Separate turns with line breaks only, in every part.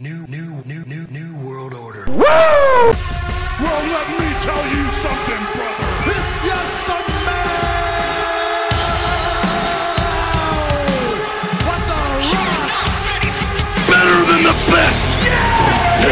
New, new, new, new, new world order.
Well, let me tell you something, brother. Better than the best.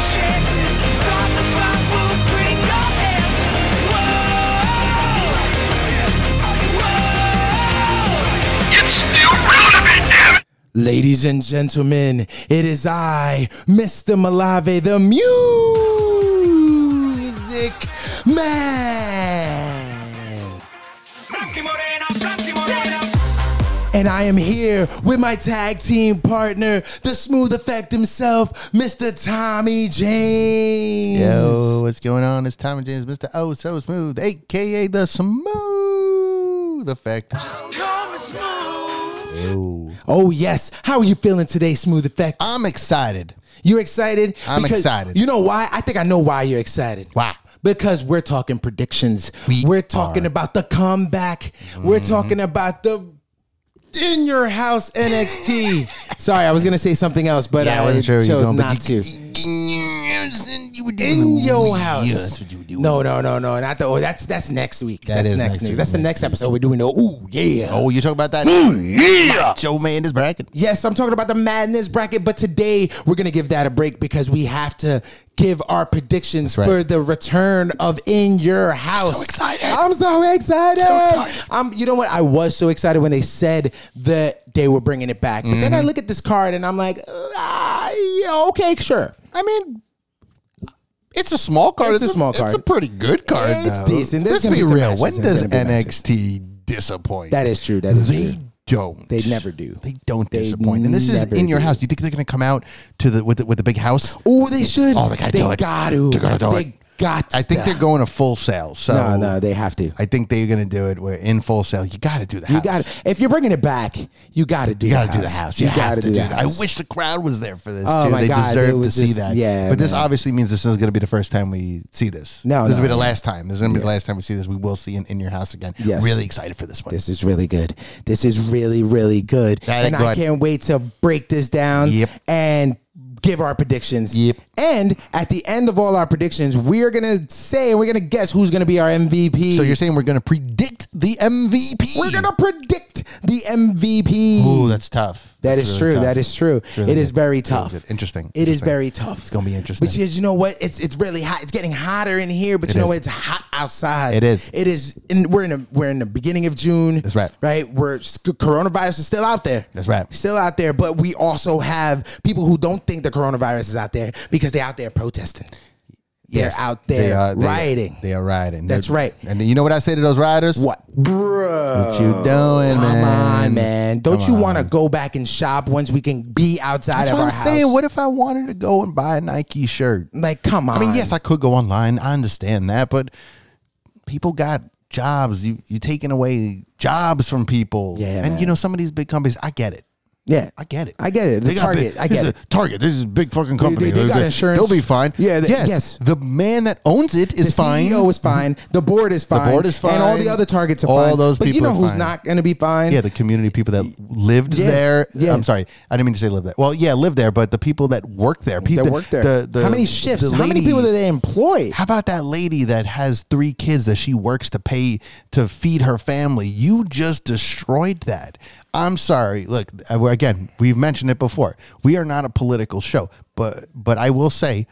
Start the fight, we'll bring your answers. Whoa, whoa.
Ladies and gentlemen, it is I, Mr. Malave, the Music Man. And I am here with my tag team partner, the smooth effect himself, Mr. Tommy James.
Yo, what's going on? It's Tom and James, Mr. Oh So Smooth, aka the Smooth Effect. Yo.
Oh, yes. How are you feeling today, smooth effect?
I'm excited.
You're excited?
I'm
Because-
excited.
You know why? I think I know why you're excited.
Why?
Because we're talking predictions.
We
are talking
are. Mm-hmm.
about the comeback. We're talking about the in your house NXT. Sorry, I was gonna say something else, but I, chose
going,
not to.
you were
In
doing-
your house.
Mm-hmm. Yeah, that's what you were doing.
No, no, no, no. Not the. Oh, that's that's next week.
That
that's
is
next,
next
week.
week,
That's the next
next
episode. We're doing the. Ooh, yeah.
Oh, you talking about that? yeah. Joe Man is bracket.
Yes, I'm talking about the madness bracket, but today we're going to give that a break because we have to give our predictions
That's right.
for the return of In Your House.
So excited.
I'm so excited.
So excited.
I'm, you know what? I was so excited when they said that they were bringing it back. But then
Mm-hmm.
I look at this card and I'm like, ah, yeah, okay, sure.
I mean, it's a small card.
It's a small card.
It's a pretty good card.
It's
though.
decent. There's
Let's
gonna
be
be some
real.
matches.
When
There's
does
gonna be matches.
NXT disappoint?
That is true. That is
they
true.
don't.
They never do.
They don't
They
disappoint. And this is
never
in your
do.
house. Do you think they're going to come out to the with the, with the big house?
Oh, they should.
Oh, they gotta do it.
gotta.
They gotta do
They
it.
got
I think they're going to full sale. So
No, no, they have to.
I think they're going to do it. We're in full sale. You got to do the house.
You got to If you're bringing it back, you got to do.
You
the
gotta do the house. You,
gotta
have to do
the
that. I
house.
wish the crowd was there for this
Oh,
too.
my
They
God, it
deserve to
was
see
just-
that.
yeah,
but this
man.
obviously means this is going to be the first time we see this.
No,
this
no,
will be the
no.
last time. This is going to be the last time we see this. We will see in, in your house again.
Yes.
Really excited for this one.
This is really good. This is really, really good.
That is
and I
good.
can't wait to break this down
Yep.
and give our predictions.
Yep.
And at the end of all our predictions, we're going to say, we're going to guess who's going to be our MVP.
so you're saying we're going to predict the MVP?
we're going to predict the MVP.
Ooh, that's tough.
That
That's
is
really
true.
tough.
That is true.
It's really
it is
good.
very
It's really
tough.
good. Interesting.
It is
Interesting.
very tough.
It's gonna be interesting.
But you, you know what? It's it's really hot. It's getting hotter in here. But
It
you know
is.
what? It's hot outside.
It is.
It is. In, we're in a, we're in the beginning of June.
That's right.
Right. We're sc- coronavirus is still out there.
That's right.
Still out there. But we also have people who don't think the coronavirus is out there because they're out there protesting. They're
Yes,
out there
they are- they-
rioting.
They are rioting.
That's
They're-
right.
And you know what I say to those riders?
what? Bro.
What you doing,
Come
man?
on, man. Don't
Come
you
on.
want to go back and shop once we can be outside
That's
of
what
our
I'm
house?
saying. What if I wanted to go and buy a Nike shirt?
Like, come on.
I mean, yes, I could go online. I understand that, but people got jobs. You you taking away jobs from people.
Yeah,
and
man.
you know some of these big companies. I get it.
yeah,
I get it.
I get it. The
got
Target,
big-
I get
this
it.
is a Target. This is a big fucking company.
they got insurance.
They'll be fine.
Yeah, they-
yes,
yes.
The man that owns it is
The E
fine.
CEO is fine. The board is fine.
board is
and all
fine.
the other targets are
All
fine.
those
but you
people
know
are
who's
fine.
not going to be fine?
yeah, the community people that lived
Yeah,
there.
yeah.
I'm sorry, I didn't mean to say live there. Well, yeah, live there, but the people that work there, people
that work there.
The, the,
how many shifts?
the
How many
lady-
people do they employ?
How about that lady that has three kids that she works to pay to feed her family? You just destroyed that. I'm sorry. Look, uh, well, again, we've mentioned it before. We are not a political show, but but I will say,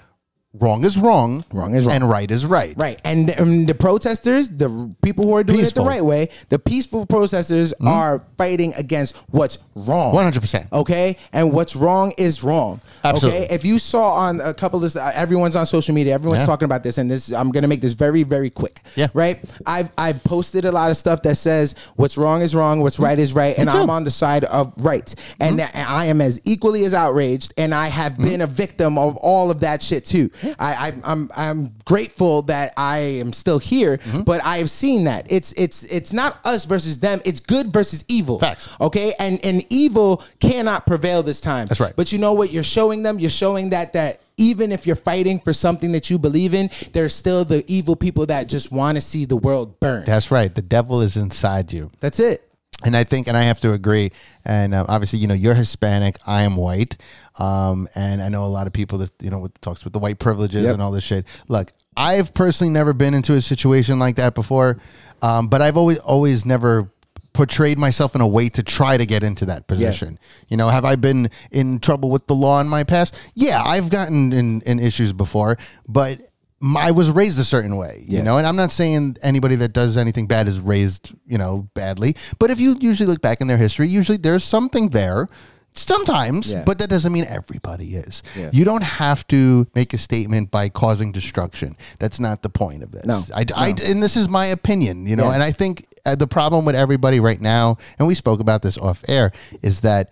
wrong is wrong,
Wrong is wrong.
and right is right.
Right, and the, um, the protesters, the people who are doing it
Peaceful. Hmm?
the right way, the peaceful protesters are fighting against what's wrong.
100%.
Okay, and what's wrong is wrong.
Absolutely.
Okay, if you saw on a couple of uh, everyone's on social media, everyone's
Yeah.
talking about this, and this I'm gonna make this very very quick.
Yeah.
Right. I've I've posted a lot of stuff that says what's wrong is wrong, what's right is right, and
too. Mm-hmm.
I'm on the side of right, and I am as equally as outraged, and I have been a victim of all of that shit too. I, I I'm I'm grateful that I am still here,
Mm-hmm.
but I have seen that it's it's it's not us versus them. It's good versus evil.
Facts.
Okay, and and evil cannot prevail this time.
That's right.
But you know what? You're showing them. You're showing that that. Even if you're fighting for something that you believe in, there's still the evil people that just want to see the world burn.
That's right. The devil is inside you.
That's it.
and I think, and I have to agree. And uh, obviously, you know, you're Hispanic. I am white. Um, and I know a lot of people that you know with talks with the white privileges
Yep.
and all this shit. Look, I've personally never been into a situation like that before, um, but I've always always never portrayed myself in a way to try to get into that position. You know, have I been in trouble with the law in my past? Yeah, I've gotten in, in issues before, but m- I was raised a certain way, you
Yeah.
know, and I'm not saying anybody that does anything bad is raised, you know, badly, but if you usually look back in their history, usually there's something there. Sometimes,
Yeah.
but that doesn't mean everybody is.
Yeah.
You don't have to make a statement by causing destruction. That's not the point of this.
No.
I, I- and this is my opinion, you know,
Yeah.
and I think uh, the problem with everybody right now, and we spoke about this off air, is that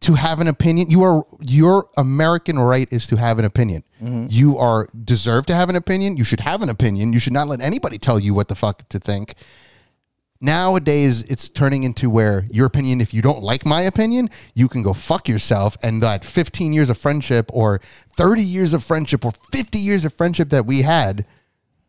to have an opinion, you are your American right is to have an opinion. You are deserve to have an opinion. You should have an opinion. You should not let anybody tell you what the fuck to think nowadays it's turning into where your opinion if you don't like my opinion you can go fuck yourself and that 15 years of friendship or 30 years of friendship or 50 years of friendship that we had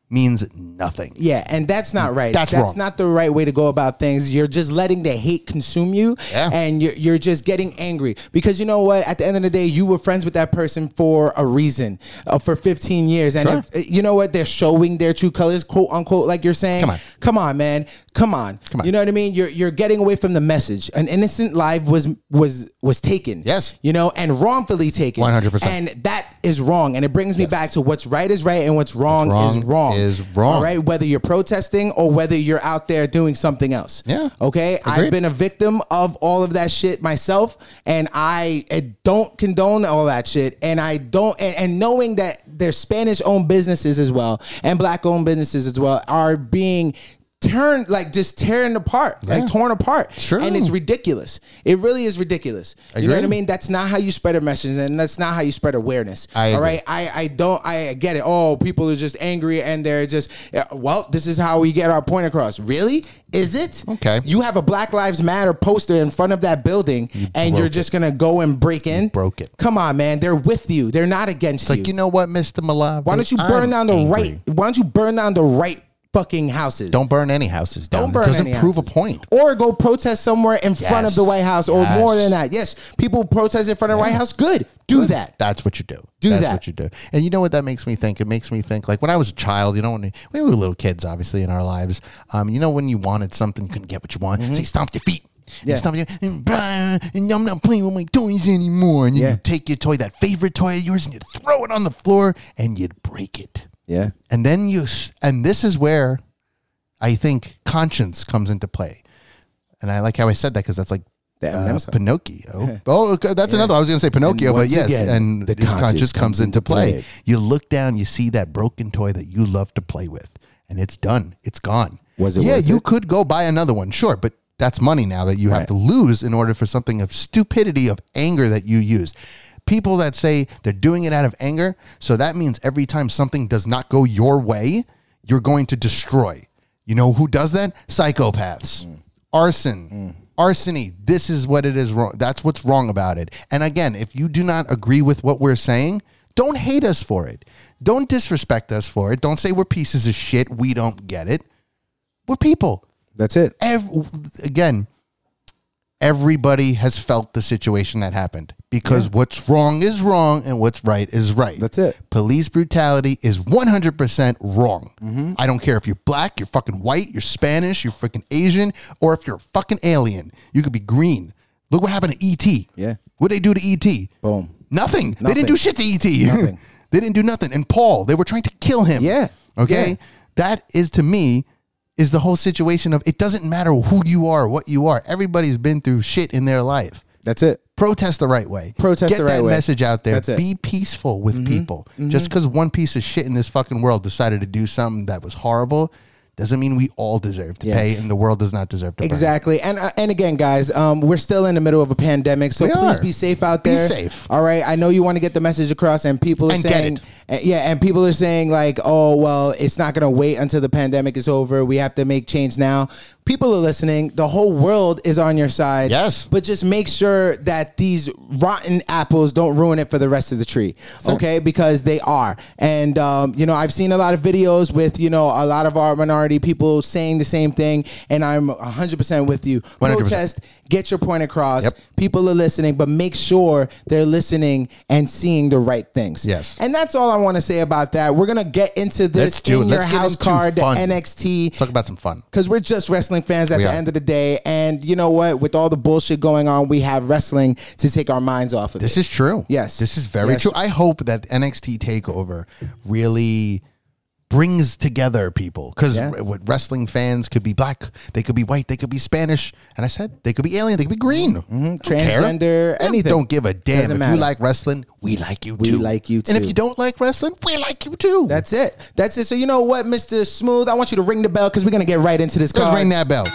means nothing
Yeah, and that's not right.
Mm, That's wrong.
not the right way to go about things. You're just letting the hate consume you,
Yeah.
and you're, you're just getting angry because you know what? At the end of the day, you were friends with that person for a reason, uh, for 15 years, and
Sure.
if, uh, you know what? They're showing their true colors, quote unquote, like you're saying.
Come on.
come on, man, come on.
Come on.
You know what I mean? You're you're getting away from the message. An innocent life was was was taken.
Yes.
you know, and wrongfully taken.
100%.
And that is wrong, and it brings me back to what's right is right, and what's wrong,
What's
is wrong
is wrong.
All right whether you're protesting or whether you're out there doing something else.
Yeah.
Okay.
Agreed.
I've been a victim of all of that shit myself, and I eh, don't condone all that shit. And I don't, and, and knowing that there's Spanish owned businesses as well and black owned businesses as well are being turned like just tearing apart
Yeah.
like torn apart
Sure.
and it's ridiculous it really is ridiculous you know what i
Agreed.
mean that's not how you spread a message and that's not how you spread awareness
I
all
agree.
right I, I don't I get it. Oh, people are just angry and they're just yeah, well, this is how we get our point across. Really? Is it?
Okay.
You have a Black Lives Matter poster in front of that building and you're
broke
just gonna go and break in.
broke it.
Come on, man. They're with you. They're not against
it's like you know what mr malave
why don't you burn down the right why don't you burn down the right fucking houses?
don't burn any houses down.
Don't burn
it doesn't
any
prove
houses.
a point
Or go protest somewhere in front of
Yes.
the White House or
Yes.
more than that. Yes, people protest in front of the White House. Good. Do that.
That's what you do.
Do
That's
that.
what you do. And you know what that makes me think? It makes me think like when I was a child, you know, when we were little kids, obviously in our lives, um, you know, when you wanted something, couldn't get what you want, so you stomped your feet. Yeah.
Mm-hmm. Yeah.
You stomped your, and, blah, and I'm not playing with my toys anymore. And then
Yeah.
you take your toy, that favorite toy of yours, and you throw it on the floor and you'd break it.
Yeah.
And then you, s- and this is where I think conscience comes into play. And I like how I said that because that's like
The
uh,
M&M song.
Pinocchio. oh, okay, that's another. I was going to say Pinocchio, but
once
yes,
again,
and
the
his conscience,
conscience
comes
comes
into
into
play.
play.
You look down, you see that broken toy that you love to play with, and it's done. It's gone.
Was it
Yeah,
worth
you
it?
could go buy another one, sure, but that's money now that you have
Right.
to lose in order for something of stupidity of anger that you use. People that say they're doing it out of anger, so that means every time something does not go your way, you're going to destroy. You know who does that? Psychopaths. Arson. Arsony. This is what it is wrong. That's what's wrong about it. And again, if you do not agree with what we're saying, don't hate us for it. Don't disrespect us for it. Don't say we're pieces of shit. We don't get it. We're people
That's it.
ev- again, everybody has felt the situation that happened because what's wrong is wrong and what's right is right.
That's it.
Police brutality is 100% wrong.
Mm-hmm.
I don't care if you're black, you're fucking white, you're Spanish, you're fucking Asian, or if you're a fucking alien. You could be green. Look what happened to E.T.
Yeah.
What'd they do to E.T.?
Boom.
Nothing. They
Nothing.
didn't do shit to E.T.
Nothing.
they didn't do nothing. And Paul, they were trying to kill him.
Yeah.
Okay.
Yeah.
That is to me is the whole situation of it doesn't matter who you are, what you are. Everybody's been through shit in their life.
That's it.
Protest the right way.
Protest
Get
the right
that
way.
message out there.
That's it. Mm-hmm.
Be peaceful with people. Just because one piece of shit in this fucking world decided to do something that was horrible doesn't mean we all deserve to
Yeah.
pay, and the world does not deserve to. burn.
Exactly. And uh, and again, guys, um, we're still in the middle of a pandemic, so
We
please
are.
be safe out
Be
there.
safe.
All right. I know you want to get the message across, and people are
And get
saying
it.
And- yeah, and people are saying like, "Oh, well, it's not going to wait until the pandemic is over. We have to make change now." People are listening. The whole world is on your side.
Yes.
But just make sure that these rotten apples don't ruin it for the rest of the tree. Okay? Because they are. And um, you know, I've seen a lot of videos with, you know, a lot of our minority people saying the same thing and I'm 100% with you.
100%.
Protest, get your point across.
Yep.
People are listening, but make sure they're listening and seeing the right things.
Yes.
And that's all I want to say about that. We're going to get into this
Let's do
in
it.
your
Let's get
house
into
card, the
fun.
NXT
Let's talk about some fun.
because we're just wrestling fans at
We
the
are.
end of the day. And you know what? With all the bullshit going on, we have wrestling to take our minds off of
This
it.
is true.
Yes.
This is very
Yes.
true. I hope that NXT TakeOver really brings together people because
Yeah.
what wrestling fans could be black, they could be white, they could be Spanish. And I said they could be alien, they could be green. Don't care.
Mm-hmm. Transgender,
I
anything.
Don't give a damn.
Doesn't
if
matter.
you like wrestling, we like you
We
too.
like you
And if
too.
you don't like wrestling, we like you too.
That's it. That's it. So you know what, Mr. Smooth, I want you to ring the bell because we're gonna get right into this
Let's
card.
ring that bell.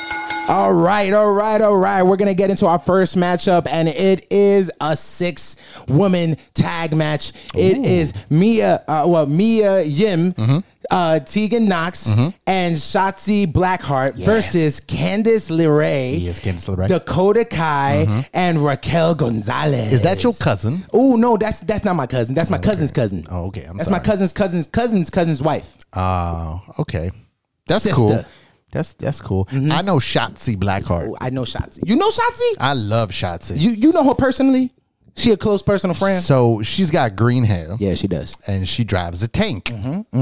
All right, all right, all right. We're gonna get into our first matchup, and it is a six woman tag match. It is Mia, uh, well, Mia Yim,
Mm-hmm.
uh, Tegan Knox, and Shotzi Blackheart versus Candice LeRae,
Yes, Candice LeRae. Mm-hmm.
Dakota Kai, and Raquel Gonzalez.
Is that your cousin?
Oh no, that's that's not my cousin. That's my cousin's cousin.
Oh, okay. I'm
that's my
sorry.
cousin's cousin's cousin's cousin's wife.
Oh, okay. That's
Sister. Mm-hmm.
cool. That's that's cool. I know Shotzi Blackheart.
I know Shotzi. You know Shotzi?
I love Shotzi.
You you know her personally? She a close personal friend.
So she's got green hair
Yeah, she does.
and she drives a tank. Mm-hmm,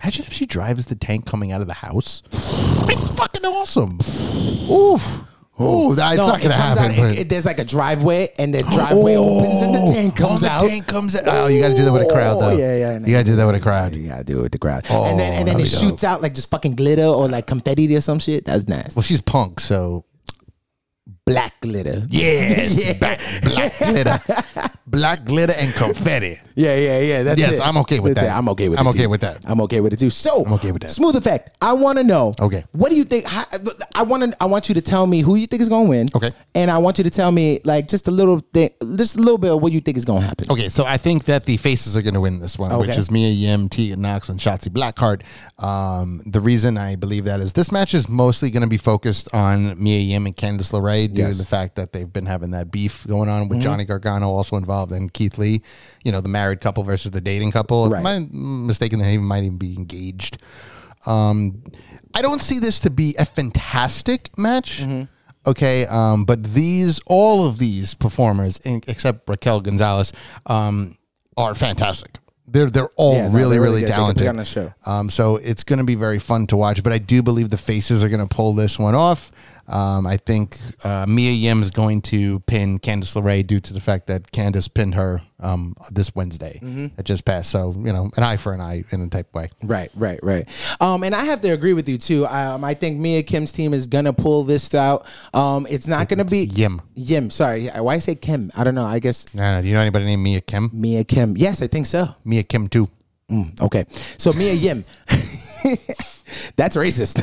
Imagine if she drives the tank coming out of the house. Pretty fucking awesome. Oof. Oh, that's
No,
not
it
gonna
comes
happen.
Out,
but-
it- it- there's like a driveway, and the driveway opens, and the tank
Oh,
comes
the
out.
tank comes out. Oh, you got to do that with a crowd, though.
Oh, yeah, yeah, I know.
You got to do that with a crowd.
You gotta do it with the crowd,
Oh,
and then and then it
that'd be
shoots out like just fucking glitter or like confetti or some shit. That's nice.
Well, she's punk, so
Black glitter.
yes, Black, black glitter, black glitter and confetti.
Yeah, yeah, yeah. That's
Yes,
it.
I'm okay with
That's
that.
it. I'm okay with.
I'm
it,
okay
dude.
with that.
I'm okay with it too. So
I'm okay with that.
Smooth effect. I want to know.
Okay.
What do you think? how- I want to. I want you to tell me who you think is going to win.
Okay.
And I want you to tell me like just a little thing, just a little bit of what you think is going to happen.
Okay, so I think that the faces are going to win this one, which
Okay.
is Mia Yim, Tegan Knox, and Shotzi Blackheart. Um, the reason I believe that is this match is mostly going to be focused on Mia Yim and Candice LeRae
Yes.
due
Mm-hmm.
to the fact that they've been having that beef going on with Johnny Gargano also involved and Keith Lee, you know, the married couple versus the dating couple.
Right.
Am I mistaken they might even be engaged? Um, I don't see this to be a fantastic match. Okay, um, but these all of these performers, in, except Raquel Gonzalez, um, are fantastic. They're they're all
Yeah, no,
really
they're really
really
good. They can put
talented.
on a show.
Um, so it's going to be very fun to watch. But I do believe the faces are going to pull this one off. Um, I think uh, Mia Yim is going to pin Candice LeRae due to the fact that Candice pinned her um, this Wednesday.
Mm-hmm.
It just passed. So, you know, an eye for an eye in a type way.
Right, right, right. Um, and I have to agree with you too. Um, I think Mia Kim's team is gonna pull this out. Um, it's not gonna be
Yim.
Yim. Sorry, Yeah, why I say Kim? I don't know. I guess
Uh, do you know anybody named Mia Kim?
Mia Kim. Yes, I think so.
Mia Kim too.
Okay, so Mia Yim. That's racist.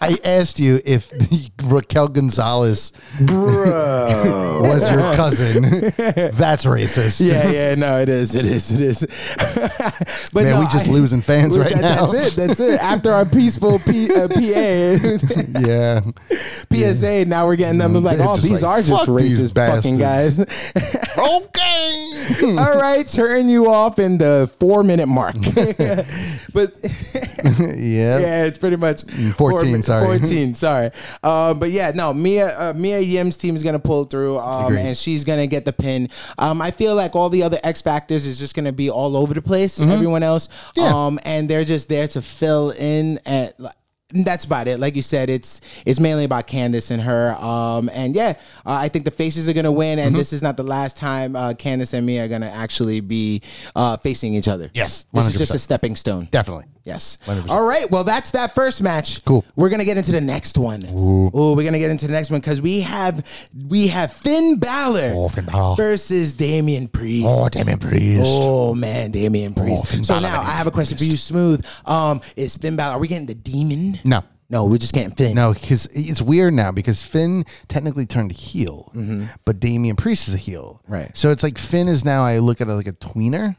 I asked you if Raquel Gonzalez
Bro.
was your cousin. That's racist.
yeah, yeah, no, it is, it is, it is. but
Man, we just losing fans right
that-
now.
That's it. That's it. After our peaceful P, uh, PA,
Yeah.
PSA, now we're getting them like,
Mm, They're
oh,
just
these
like,
are just
"Fuck these
racist fucking guys.
okay.
All right, turn you off in the four minute mark. but
yeah.
yeah, it's pretty much
14,
mi-
sorry.
14, sorry. Uh, but yeah, no, Mia uh, Mia Yim's team is going to pull through um,
Agreed.
and she's going to get the pin. Um, I feel like all the other X Factors is just going to be all over the place, everyone else.
Mm-hmm. Yeah.
Um, and they're just there to fill in at. like, That's about it. Like you said, it's it's mainly about Candace and her. Um, and yeah, uh, I think the faces are gonna win,
Mm-hmm.
and this is not the last time uh, Candace and me are gonna actually be uh, facing each other.
Yes,
this is just a
100%.
stepping stone.
Definitely.
Yes.
100%.
All right. Well, that's that first match.
Cool.
We're gonna get into the next one. Ooh. we're gonna get into the next one because we have we have Finn Balor,
Oh, Finn Balor.
versus Damian Priest.
Oh, damn it, Priest.
Oh, man, Damian Priest.
Finn
so
Balor,
now I
Damian
have a question for you, Smooth. Um, is Finn Balor? Are we getting the demon?
No.
No, we're just getting Finn.
No, because it's weird now because Finn technically turned heel, but Damian Priest is a heel.
Mm-hmm. Right.
So it's like Finn is now, I look at it like a tweener.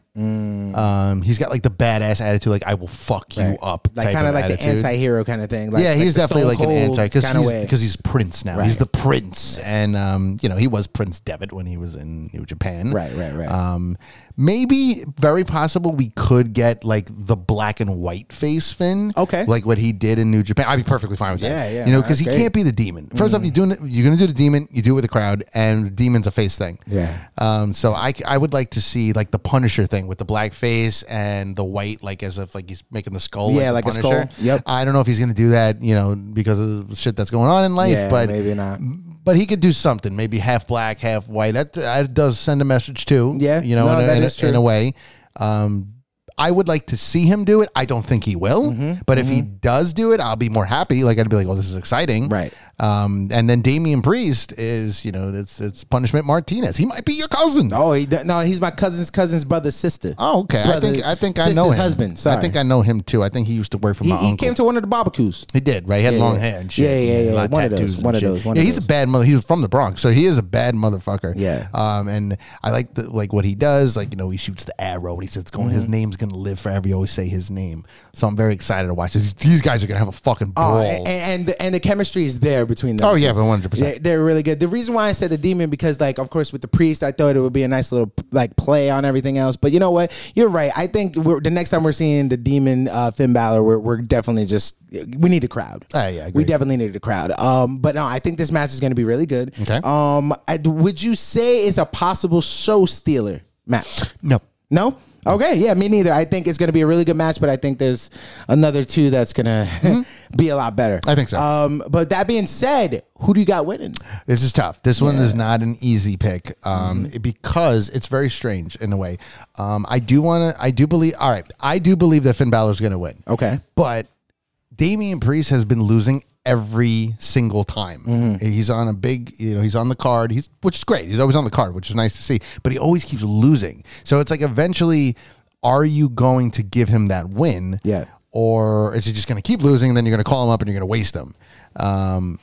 Um, he's got like the badass attitude, like I will fuck you
Mm. Right.
up,
like kind of like the
attitude.
anti-hero kind of thing. Like,
yeah,
like
he's
the
definitely like
Stone
an anti
Cold
because
kinda
he's
way.
because he's Prince now. He's
Right.
the Prince, and um, you know, he was Prince Devitt when he was in New Japan.
Right, right, right.
Um, maybe very possible we could get like the black and white face Finn.
Okay.
like what he did in New Japan. I'd be perfectly fine with that.
Yeah, yeah,
You know,
no,
because he
that's Mm-hmm.
can't be the demon. First off, you doing it- you're gonna do the demon. You do it with the crowd, and demon's a face thing.
Yeah.
Um, so I, c- I would like to see like the Punisher thing with the black face and the white, like as if like he's making the skull.
Yeah,
like,
like
the
a
Punisher.
skull. Yep.
I don't know if he's going to do that, you know, because of the shit that's going on in life.
yeah,
but
maybe not.
But he could do something, maybe half black, half white. That, that does send a message too.
Yeah.
you know,
No,
in, a,
that
in,
is
a, in a
true.
way. Um, I would like to see him do it. I don't think he will,
Mm-hmm.
but if he does do it, I'll be more happy. Like I'd be like, "Oh, this is exciting!"
Right.
Um, and then Damian Priest is, you know, it's it's punishment Martinez. He might be your cousin.
Oh, he, d- no, he's my cousin's cousin's brother's sister.
Oh, okay. I
Brother-
think I think I
sister's
know him.
husband.
I
Sorry.
think I know him too. I think he used to work for
He,
my
he
uncle.
came to one of the barbecues.
He did, right? He had
Yeah,
long
yeah.
hair and shit.
Yeah, yeah,
And a
yeah.
lot of
One of those,
tattoos and
one of
shit.
those, one
yeah,
of
he's a
those.
bad mother. He's from the Bronx, so he is a bad motherfucker.
Yeah.
Um, and I like the like what he does. Like you know, he shoots the arrow and he says, "It's going.
Mm-hmm.
His name's going to live forever." You always say his name, so I'm very excited to watch this. These guys are going to have a fucking brawl.
Oh, and, and and the chemistry is there between them.
Oh,
two.
yeah, but 100%.
They- They're really good. The reason why I said the demon because like of course with the priest I thought it would be a nice little like play on everything else. But you know what? You're right. I think we're, the next time we're seeing the demon uh, Finn Balor, we're, we're definitely just we need a crowd.
Ah, yeah, I agree.
we definitely need a crowd. Um, but no, I think this match is going to be really good.
Okay.
Um, I, would you say it's a possible show stealer match?
no.
No. Okay, yeah, me neither. I think it's going to be a really good match, but I think there's another two that's going to be a lot better.
Mm-hmm. I think so.
Um, but that being said, who do you got winning?
This is tough. This one is not an easy pick um, because it's very strange in a way. Um, I do want to. I do believe. All right. I do believe that Finn Balor's going to win.
Okay.
but Damian Priest has been losing every single time.
Mm-hmm.
He's on a big, you know, he's on the card. He's which is great. He's always on the card, which is nice to see. But he always keeps losing. So it's like eventually, are you going to give him that win?
Yeah.
Or is he just going to keep losing? And then you're going to call him up and you're going to waste him. Um,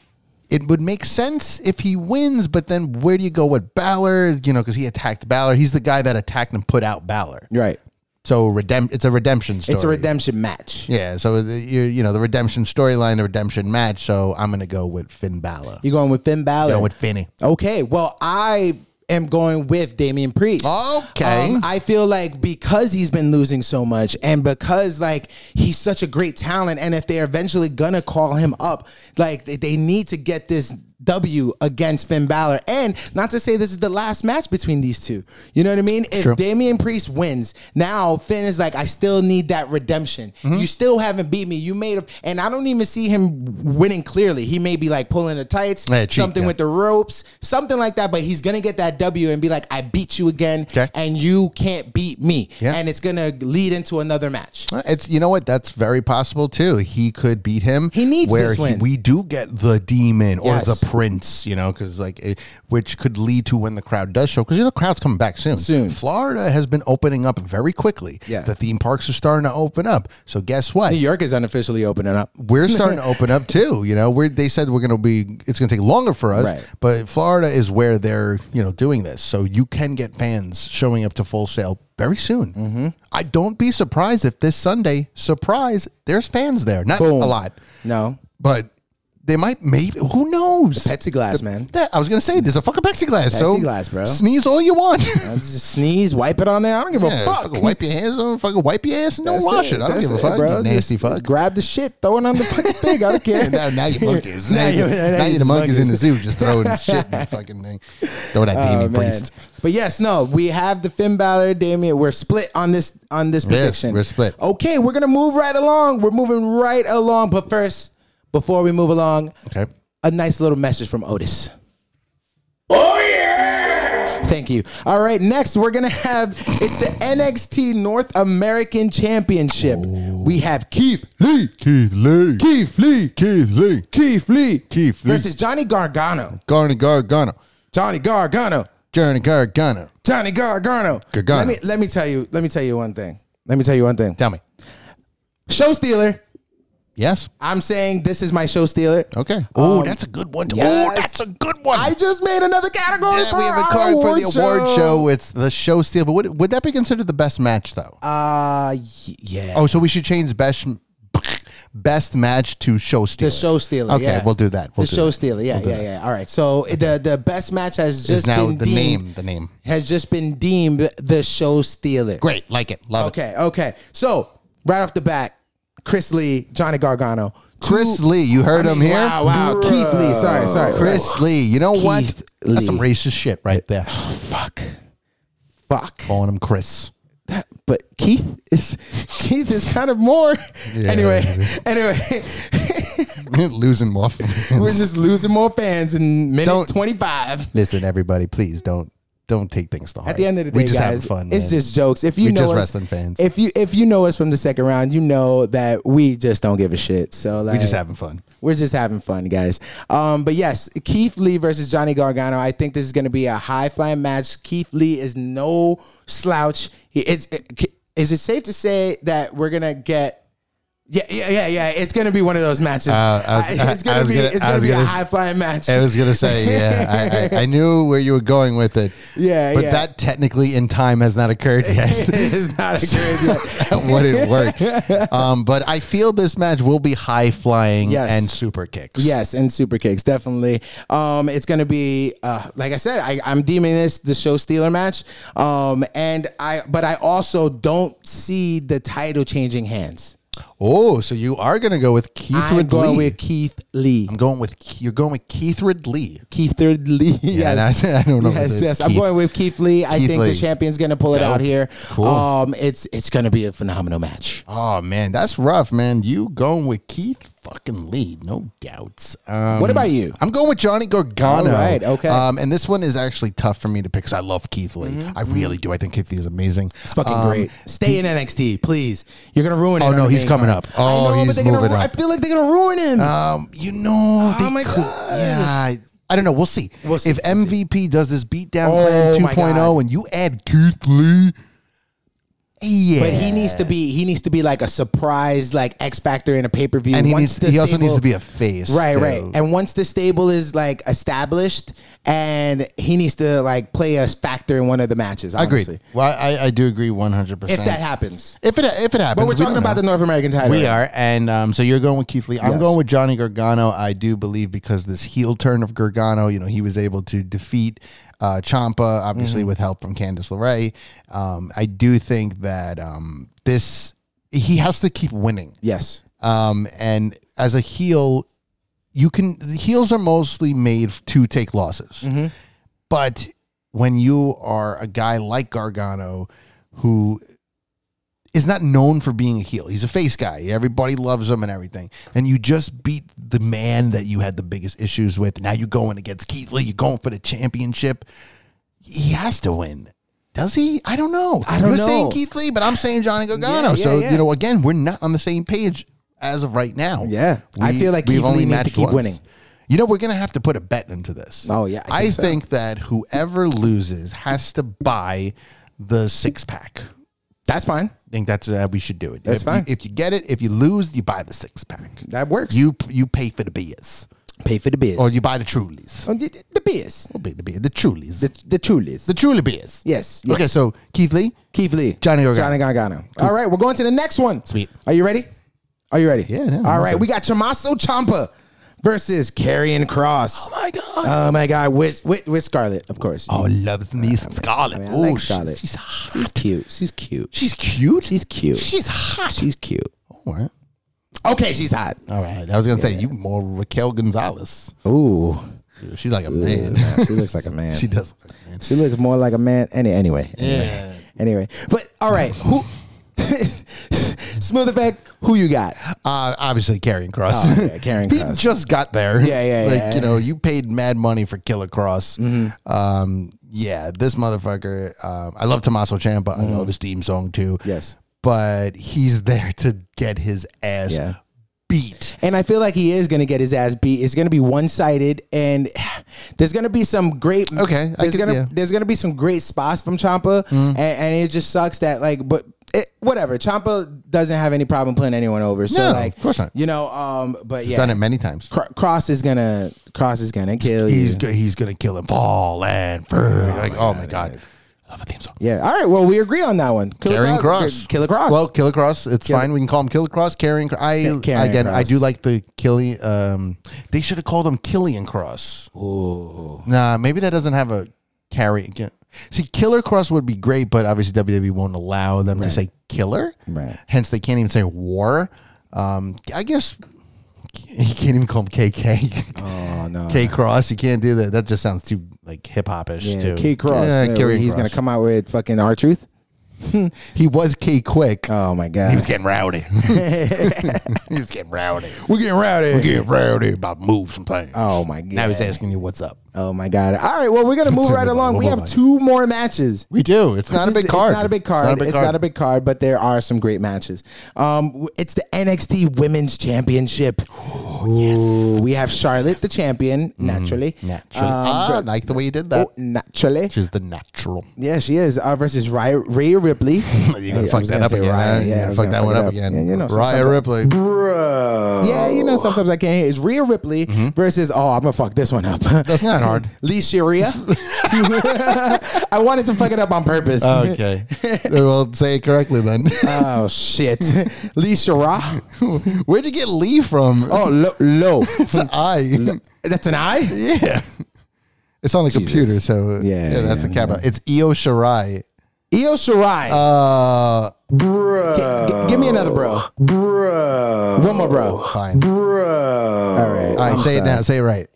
it would make sense if he wins, but then where do you go with Balor? You know, because he attacked Balor. He's the guy that attacked and put out Balor.
Right.
So redemp- it's a redemption story.
It's a redemption match.
Yeah, so the, you you know the redemption storyline, the redemption match. So I'm gonna go with Finn Balor.
You're going with Finn Balor.
Go with Finny.
Okay. Well, I am going with Damian Priest.
Okay.
Um, I feel like because he's been losing so much and because like he's such a great talent and if they're eventually gonna call him up, like they- they need to get this W against Finn Balor. And not to say this is the last match between these two. You know what I mean? If
True.
Damian Priest wins, now Finn is like, I still need that redemption.
Mm-hmm.
You still haven't beat me. You made a and I don't even see him winning clearly. He may be like pulling the tights,
Yeah, cheat,
something
yeah.
with the ropes, something like that. But he's gonna get that W and be like, I beat you again,
'Kay.
and you can't beat me.
Yeah.
And it's gonna lead into another match.
Uh, It's you know what that's very possible too. He could beat him.
He needs
where
this
he-
win.
we do get the demon or
Yes.
the prince, you know, because like it, which could lead to when the crowd does show because you know the crowd's coming back soon.
Soon.
Florida has been opening up very quickly.
Yeah.
the theme parks are starting to open up. So guess what?
New York is unofficially opening up.
we're starting to open up too. You know, we're, they said we're going to be. It's going to take longer for us,
Right.
but Florida is where they're you know doing this, so you can get fans showing up to full sale very soon. Mm-hmm. I don't be surprised if this Sunday, surprise, there's fans there. Not
Boom.
a lot,
No.
but they might. Maybe who knows?
Plexiglass, man.
That, I was going to say there's a fucking plexiglass. So
Plexiglass, bro.
Sneeze all you want.
Just sneeze, wipe it on there. I don't give
Yeah,
a fuck.
fucking wipe your hands on, fucking wipe your ass and don't
That's
wash it. I don't
That's
give a fuck,
bro.
you nasty
Just
fuck.
Grab the shit, throw it on the fucking thing. I don't care.
now, now you monkeys. Now,
Now
you,
you- now you
now you the
just
monkeys in the
monkeys.
zoo just throwing shit in the fucking thing. Throw that
Oh, man.
demon priest.
But yes, no, we have the Finn Balor, Damien. We're split on this on this prediction.
we're split.
Okay, we're gonna move right along. We're moving right along. But first, before we move along,
Okay.
a nice little message from Otis. Oh yeah! Thank you. All right, next we're gonna have it's the NXT North American Championship.
Oh.
We have Keith
Lee, Keith Lee, Keith Lee, Keith Lee, Keith Lee, Keith Lee,
versus Johnny Gargano.
Garner Gargano,
Johnny Gargano.
Johnny Gargano.
Johnny Gargano.
Gargano.
Let me let me tell you. Let me tell you one thing. Let me tell you one thing.
Tell me,
Show stealer.
Yes.
I'm saying this is my show stealer.
Okay. Oh, that's a good one.
yes.
Oh, that's a good one.
I just made another category
Yeah,
for,
we have a
our
card for
award
the award show. It's the show steal. But would, would that be considered the best match though?
Uh, y- yeah.
oh, so we should change best best match to show steal.
The show stealer.
Okay,
yeah.
we'll do that. We'll
the
do
show
that.
stealer. Yeah,
We'll do
yeah,
that.
yeah. All right. So the the best match has just
is now
been
the
deemed,
name. The name.
has just been deemed the show stealer.
Great. Like it. Love it.
Okay. Okay. So right off the bat, Chris Lee, Johnny Gargano,
Chris
Two-
Lee, you heard
I mean,
him here.
Wow, wow. Keith Lee. Sorry, sorry.
Chris Lee, you know what?
Keith
That's some
Lee.
racist shit right there.
sorry. Fuck. Fuck.
Calling him Chris.
but Keith is Keith is kind of more. anyway, anyway,
Losing more.
we're just losing more fans in minute
Don't-
25.
Listen, everybody, please don't don't take things to heart.
At the end of the day,
we just
guys,
have fun.
it's
man.
just jokes. If you
We
know
just
us,
wrestling fans.
if you if you know us from the second round, you know that we just don't give a shit. So like,
we just having fun.
We're just having fun, guys. Um, but yes, Keith Lee versus Johnny Gargano. I think this is going to be a high flying match. Keith Lee is no slouch. He is. Is it safe to say that we're gonna get? Yeah, yeah, yeah, yeah. It's gonna be one of those matches.
I was-
I- it's
Uh, I
gonna
was
be.
gonna-
it's
I
gonna
was
be a
gonna-
high flying match.
I was gonna say, yeah, I, I, I knew where you were going with it.
Yeah,
but
yeah.
that technically in time has not occurred
it
yet.
is not a good. idea.
that wouldn't work. Um, but I feel this match will be high flying
Yes.
and super kicks.
Yes, and super kicks definitely. Um, it's gonna be uh, like I said, I, I'm deeming this the show stealer match. Um, and I but I also don't see the title changing hands.
Oh, so you are gonna go with Keith
I'm
Ridley.
going with Keith Lee.
I'm going with you're going with Keith Ridley.
Keith Third Lee. yes.
and I- I don't know if
Yes,
it's
yes. I'm
Keith.
going with Keith Lee. I
Keith
think
Lee.
the champion's gonna pull it
Dope.
out here.
Cool.
Um, it's it's gonna be a phenomenal match.
Oh man, that's rough, man. You going with Keith fucking Lee, no doubts. Um,
What about you?
I'm going with Johnny Gargano.
All right, okay.
Um, and this one is actually tough for me to pick because I love Keith Lee. I really do. I think Keith Lee is amazing. Um,
It's Mm-hmm, fucking great. Stay in NXT, please. You're gonna ruin it.
Oh,
on
no,
the
he's
main
coming
card.
up. Oh,
I know,
he's
but they're gonna
moving
ru- I
up.
feel like they're gonna ruin him.
Um, you know, they
Oh my
could-
God.
Yeah, I don't know. We'll see.
We'll see,
If
we'll see.
MVP does this beatdown
Oh,
plan
my
2.0
God.
and you add Keith Lee, yeah,
But he needs to be he needs to be like a surprise like X Factor in a pay per view.
and he needs. He also needs to be a face,
right,
too.
right. And once the stable is like established, and he needs to like play a factor in one of the matches. Honestly.
Agreed. Well, I, I do agree 100. percent
If that happens,
If it if it
but
happens,
we're talking about the North American title.
We are, and um, so you're going with Keith Lee. I'm
Yes.
going with Johnny Gargano. I do believe because this heel turn of Gargano, you know, he was able to defeat uh, Champa, obviously with help from Candice LeRae. Um, I do think that um, this he has to keep winning,
Yes.
um, and as a heel, you can the heels are mostly made to take losses,
Mm-hmm.
but when you are a guy like Gargano, who is not known for being a heel. He's a face guy. Everybody loves him and everything. And you just beat the man that you had the biggest issues with. Now you're going against Keith Lee. You're going for the championship. He has to win. Does he? I don't know.
I don't
you're
know.
saying Keith Lee, but I'm saying Johnny Gargano.
Yeah, yeah,
so,
yeah.
you know, again, we're not on the same page as of right now.
Yeah. I feel like
we've
Keith Lee needs to
matched
keep winning.
You know, we're going to have to put a bet into this.
Oh, yeah, I
I,
think so.
think that whoever loses has to buy the six pack
That's fine.
think that's uh, we should do it.
That's
if,
fine.
You, if you get it, if you lose, you buy the six pack.
That works.
You you pay for the beers,
pay for the biz.
or you buy the Trulies.
Oh, the, the biz.
We'll pay the beer, the Trulies,
The
the,
the Trulies.
Truly beers.
yes. yes.
Okay, so Keith Lee,
Keith Lee.
Johnny Gargano.
Johnny Gargano. All right, we're going to the next one.
Sweet.
Are you ready? Are you ready?
Yeah, yeah, I'm
All right,
ready.
we got Tommaso Ciampa versus Karrion Cross.
my God,
Oh my God, with with, with Scarlett, of course.
oh loves me Scarlet.
I mean, I
oh,
like
she's-
Scarlett.
She's hot.
she's cute. She's cute.
She's cute.
She's cute.
She's hot.
She's cute.
all right.
Okay, she's hot.
All right. I was gonna say you more Raquel Gonzalez.
Ooh,
She's like a man.
she looks like a man.
she
she,
does. look like a man.
looks more like a man. Any anyway, anyway,
Yeah.
anyway. But all right, who? Smooth effect. Who you got?
Uh, obviously, carrying Cross.
Oh, yeah, Karrion
he
Kross.
just got there.
Yeah, yeah, Mm-hmm.
Like
yeah.
you know, you paid mad money for Killer Cross. Um, yeah, this motherfucker. Um, I love Tommaso Ciampa. I love his theme song too.
Mm-hmm. Yes.
but he's there to get his ass
Yeah.
beat.
And I feel like he is going to get his ass beat. It's going to be one sided, and there's going to be some great.
Okay, I
there's
could-
going to
yeah. Mm-hmm.
there's going to be some great spots from Champa, and, and it just sucks that like, but it, whatever. Champa doesn't have any problem putting anyone over. So
No,
like,
of course not.
You know, um, but
He's
yeah,
done it many times.
Cro- Cross is gonna Cross is gonna kill
He's
you.
go- he's gonna kill him. Fall and free. like, oh my god, I love a theme song.
Yeah. All right. Well, we agree on that one. Killer
Carrying Cross,
Killer Cross.
Well, Killer Cross, it's
Killer-
fine. We can call him Killer Cross. Carrying, Cro- I
Ca- Karrion
again, I
Kross.
do like the Killian. Um, they should have called him Killian Cross. Nah, maybe that doesn't have a carry. See, Killer Cross would be great, but obviously WWE won't allow them to say killer.
Right.
Hence, they can't even say war. Um, I guess you can't even call him KK.
oh no.
K Cross. You can't do that. That just sounds too like hip hop ish.
yeah,
too.
K Cross.
Yeah,
Yeah,
Karrion
he's
Kross.
gonna come out with fucking R Truth.
He was K Quick.
Oh my god.
he was getting rowdy. he was getting rowdy.
We're getting rowdy.
We get rowdy about move sometimes.
Oh my god.
Now he's asking you what's up.
Oh my god. All right. Well, we're gonna move
Let's
right
move on,
along. We
move
have
on.
two more matches.
We do. It's not a
This
big
is-
card.
It's not a big card. It's not a big, card. but there are some great matches. Um, w- it's the NXT Women's Championship. yes. We have Charlotte, the champion, Mm-hmm. naturally.
Naturally.
Um,
ah, I like the way you did that.
oh, naturally.
She's the natural.
Yeah, she is. Uh, versus Rhea, Rhea Ripley.
You're gonna
Yeah, I
fuck
was
that
gonna
up
say
again.
Rhea,
huh?
yeah,
You're
I
gonna
was
fuck
gonna
that
fuck
one
it
up
up.
again.
Yeah, you know,
Rhea
sometimes I-
Ripley.
Yeah, you know, sometimes I can't hear. It's Rhea Ripley versus, oh, I'm going to fuck this one up. That's
not hard.
Lee Sharia. I wanted to fuck it up on purpose.
Okay. well, say it correctly then.
Oh, shit. Lee Shira.
Where'd you get Lee from?
Oh, low. low.
it's an I.
That's an I?
yeah. It's on the computer, so
Yeah,
that's
yeah,
the capital. It's Io Shirai.
Io Shirai.
Uh,
G- give me another bro. Bro. One more Oh, bro.
fine. Oh, All
All right.
right,
I'm
say it
sorry.
now. Say it right.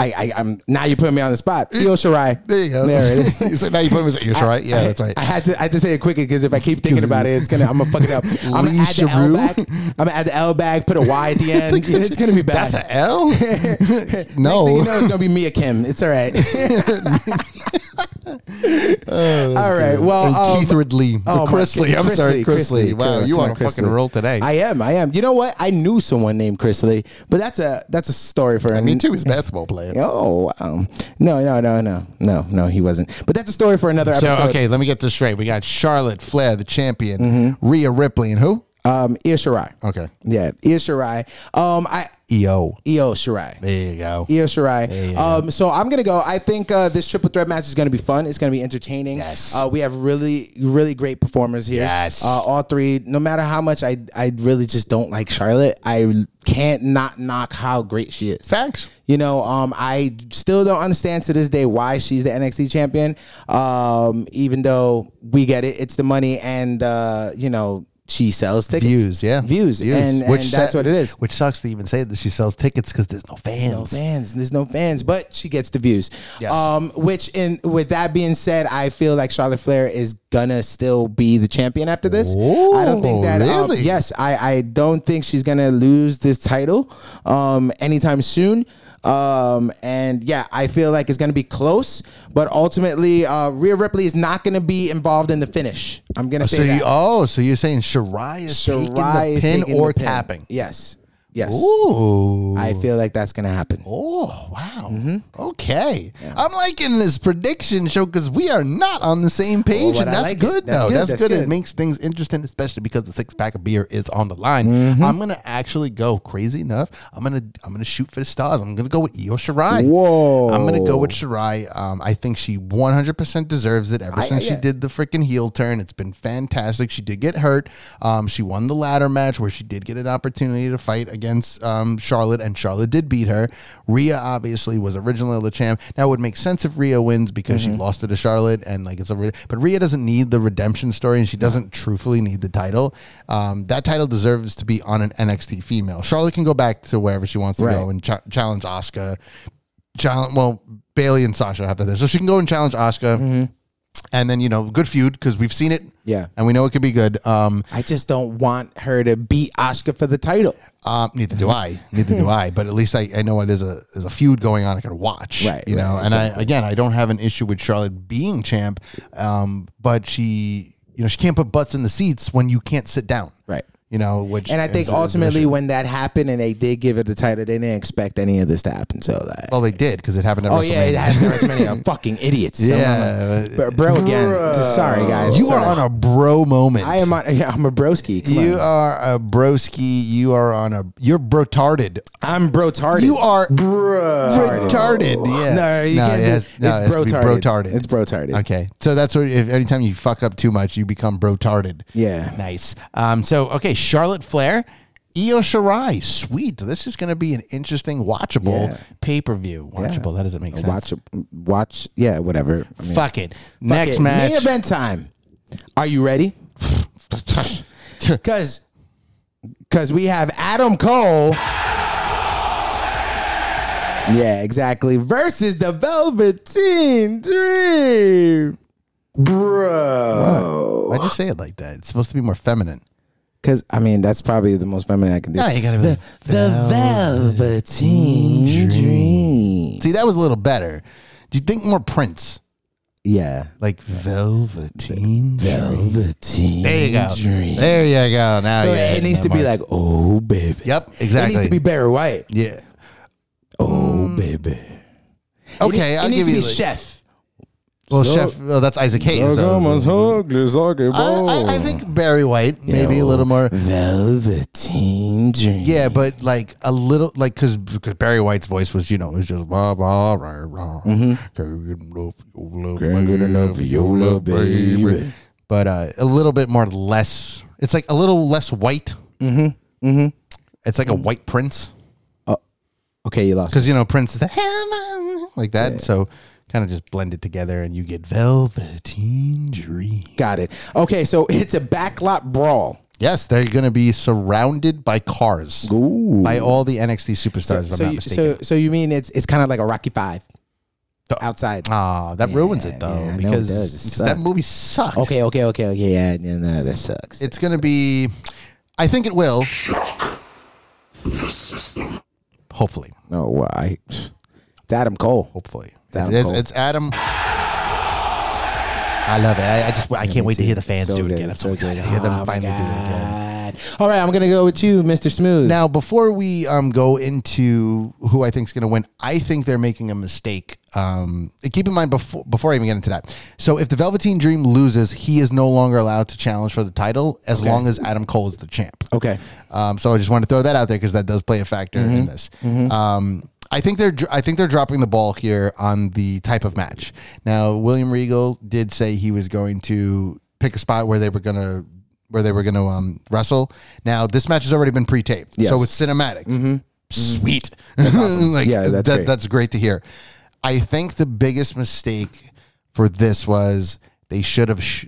I, I, I'm, now you put me on the spot. Io Shirai.
There you go.
There it is.
so now you put him as Io Shirai. Yeah, that's right.
I had to I had to say it quickly because if I keep thinking about it, it's gonna I'm gonna fuck it up. I'm gonna
Lee
add the L
Giroux?
back. I'm gonna add the L back. Put a Y at the end. it's gonna be bad.
That's an L.
Next thing you know,
no.
it's gonna be Mia Kim. It's all right. all right.
And
Well, um,
Keith Ridley.
oh
Or
my
Chris
God.
Lee. I'm
Chris
sorry,
Lee,
Chris Lee. Wow,
Come
you on a
Chris
fucking
Lee.
roll today.
I am. I am. You know what? I knew someone named Chris Lee, but that's a that's a story for
Me too. He's a basketball player.
Oh wow! No, no, no, no, no, no. He wasn't. But that's a story for another
So
episode.
okay, let me get this straight. We got Charlotte Flair, the champion,
Mm-hmm.
Rhea Ripley, and who?
Um, Io Shirai.
Okay,
Yeah, Io Shirai. Um, I
EO.
Io Shirai.
There you go.
Io Shirai.
There you go.
Um, so I'm gonna go. I think uh, this triple threat match is gonna be fun. It's gonna be entertaining.
Yes.
Uh, we have really, really great performers here.
Yes.
Uh, all three. No matter how much I, I really just don't like Charlotte. I can't not knock how great she is.
Facts.
You know, um, I still don't understand to this day why she's the NXT champion. Um, even though we get it, it's the money, and uh, you know she sells tickets,
Views, yeah,
views, and, and that's
sa-
what it is.
Which sucks to even say that she sells tickets because there's no fans.
No fans. There's no fans, but she gets the views.
Yes.
Um, which in with that being said, I feel like Charlotte Flair is gonna still be the champion after this. I don't think
Oh,
that. um,
really?
yes, I I don't think she's gonna lose this title, um, anytime soon. Um and yeah, I feel like it's gonna be close, but ultimately, uh, Rhea Ripley is not gonna be involved in the finish. I'm gonna say
So you,
that.
oh, so you're saying Shirai is taking
Shirai
the
is
pin
taking
or
the pin.
tapping?
Yes, yes.
Ooh.
I feel like that's gonna happen.
Oh wow!
Mm-hmm.
Okay, I'm liking this prediction show because we are not on the same page,
but
and
I
that's
like it.
good
That's
though.
good.
That's,
That's
good. It
good.
makes things interesting, especially because the six pack of beer is on the line.
Mm-hmm.
I'm gonna actually go crazy enough. I'm gonna I'm gonna shoot for the stars. I'm gonna go with Io Shirai.
Whoa.
I'm gonna go with Shirai. Um, I think she 100% deserves it. Ever
I-
since she
yeah.
did the freaking heel turn, it's been fantastic. She did get hurt. Um, she won the ladder match where she did get an opportunity to fight against um, Charlotte, and Charlotte did beat her. Rhea obviously was originally the champ. Now it would make sense if Rhea wins because she lost it to Charlotte, and like it's a re- but Rhea doesn't need the redemption story, and she doesn't truthfully need the title. Um, that title deserves to be on an NXT female. Charlotte can go back to wherever she wants to
Right.
go and ch- challenge Oscar challenge. Well, Bailey and Sasha have this, so she can go and challenge Asuka. And then you know, good feud because we've seen it.
Mm-hmm. Yeah.
and we know it could be good. Um,
I just don't want her to beat Oscar for the title.
um, neither do I. Neither do I. But at least I, I know there's a there's a feud going on. I can watch.
Right,
You
right,
know. And I again, I don't have an issue with Charlotte being champ. Um, but she, you know, she can't put butts in the seats when you can't sit down.
Right.
You know, which
And I think
is- is an
ultimately
issue.
when that happened and they did give it the title, they didn't expect any of this to happen. So that.
well, they did because it happened at
Oh
WrestleMania.
yeah, it happened at WrestMania. Fucking idiots. So I'm
Yeah,
like, bro, bro again. Sorry guys.
you
Sorry.
are on a bro moment.
I am on, yeah, I'm a broski. Come
You
on.
are a broski. You are on a. You're brotarded.
I'm brotarded.
You are
bro.
retarded. Yeah.
No, you can't
it
do-
has- no,
it's
it has to be
brotarded.
brotarded.
It's brotarded.
Okay, so that's what. If anytime you fuck up too much, you become brotarded.
Yeah.
Nice. Um. So okay, Charlotte Flair, Io Shirai. Sweet. This is going to be an interesting, watchable
Yeah.
pay per view. Watchable. That doesn't make sense.
Watch, watch, yeah, whatever. I mean,
Fuck it.
fuck
Next
it.
match.
Main event time. Are you ready? Because, because we have Adam Cole. Yeah, exactly. Versus the Velveteen Dream, bro.
Why'd you say it like that? It's supposed to be more feminine.
Because I mean, that's probably the most feminine I can do.
No, you gotta be like,
the Velveteen Dream.
See, that was a little better. Do you think more Prince?
Yeah,
Like Velveteen? Dream?
Velveteen.
There you go.
Dream.
There you go. Now
So
you're
it
hitting
needs
the
to be
mark.
like, oh baby.
Yep,
It needs
exactly.
to be Barry White.
Yeah.
Oh baby.
Okay,
it,
I'll
needs
give
to
you
be
like-
chef.
Well, Chef, well, that's Isaac Hayes, though. I, I, I think Barry White, maybe a little more.
Velveteen dream.
Yeah, but like a little, like because because Barry White's voice was, you know, it was just blah blah blah blah.
Mm-hmm.
Can't get enough of your love,
Can't get enough of your love, baby.
But uh, a little bit more less. It's like a little less white. Mm-hmm. Mm-hmm. It's like a white Prince
Okay, you lost.
because you know Prince is the heaven like that. So kind of just blend it together, and you get Velveteen Dream.
Got it. Okay, so it's a backlot brawl.
Yes, they're going to be surrounded by cars by all the NXT superstars. if I'm
so,
not
you,
mistaken.
so, so you mean it's it's kind of like a Rocky Five
The-
outside?
Ah, that ruins
Yeah,
it though
yeah, I know it
because,
does. It
because that
sucks.
movie sucks.
Okay, okay, okay, okay. Yeah, yeah, no, that sucks.
it's gonna be. I think it will. Hopefully,
oh, well, I, it's Adam Cole.
hopefully,
It's Adam
it's,
Cole.
it's Adam. I love it. I, I just I can't wait to hear the fans
So
do it
good,
again. I'm
it's
so
so
excited
good.
to hear them
Oh, my
finally do it again.
God. All right, I'm gonna go with you, Mr. Smooth.
Now, before we um, go into who I think is going to win, I think they're making a mistake. Um, and keep in mind before before I even get into that. So, if the Velveteen Dream loses, he is no longer allowed to challenge for the title as long as Adam Cole is the champ.
okay.
Um, so I just want to throw that out there because that does play a factor
Mm-hmm.
in this. Um, I think they're I think they're dropping the ball here on the type of match. Now William Regal did say he was going to pick a spot where they were gonna where they were gonna um, wrestle. Now this match has already been pre-taped, so
Yes.
it's cinematic. Sweet, like,
Yeah, that's
that,
great.
that's great to hear. I think the biggest mistake for this was they should have. Sh-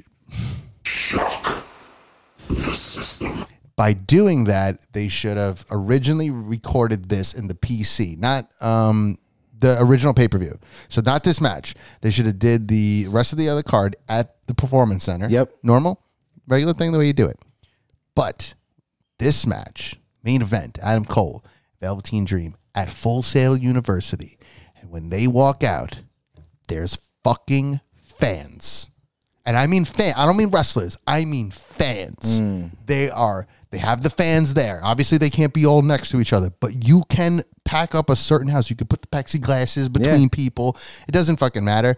by doing that, they should have originally recorded this in the PC, not um, the original pay per view. So not this match. They should have did the rest of the other card at the performance center.
Yep.
normal, regular thing the way you do it. But this match, main event, Adam Cole, Velveteen Dream at Full Sail University, and when they walk out, there's fucking fans. And I mean fan. I don't mean wrestlers. I mean fans.
Mm.
They are. They have the fans there. Obviously, they can't be all next to each other, but you can pack up a certain house. You could put the plexiglasses between people. It doesn't fucking matter.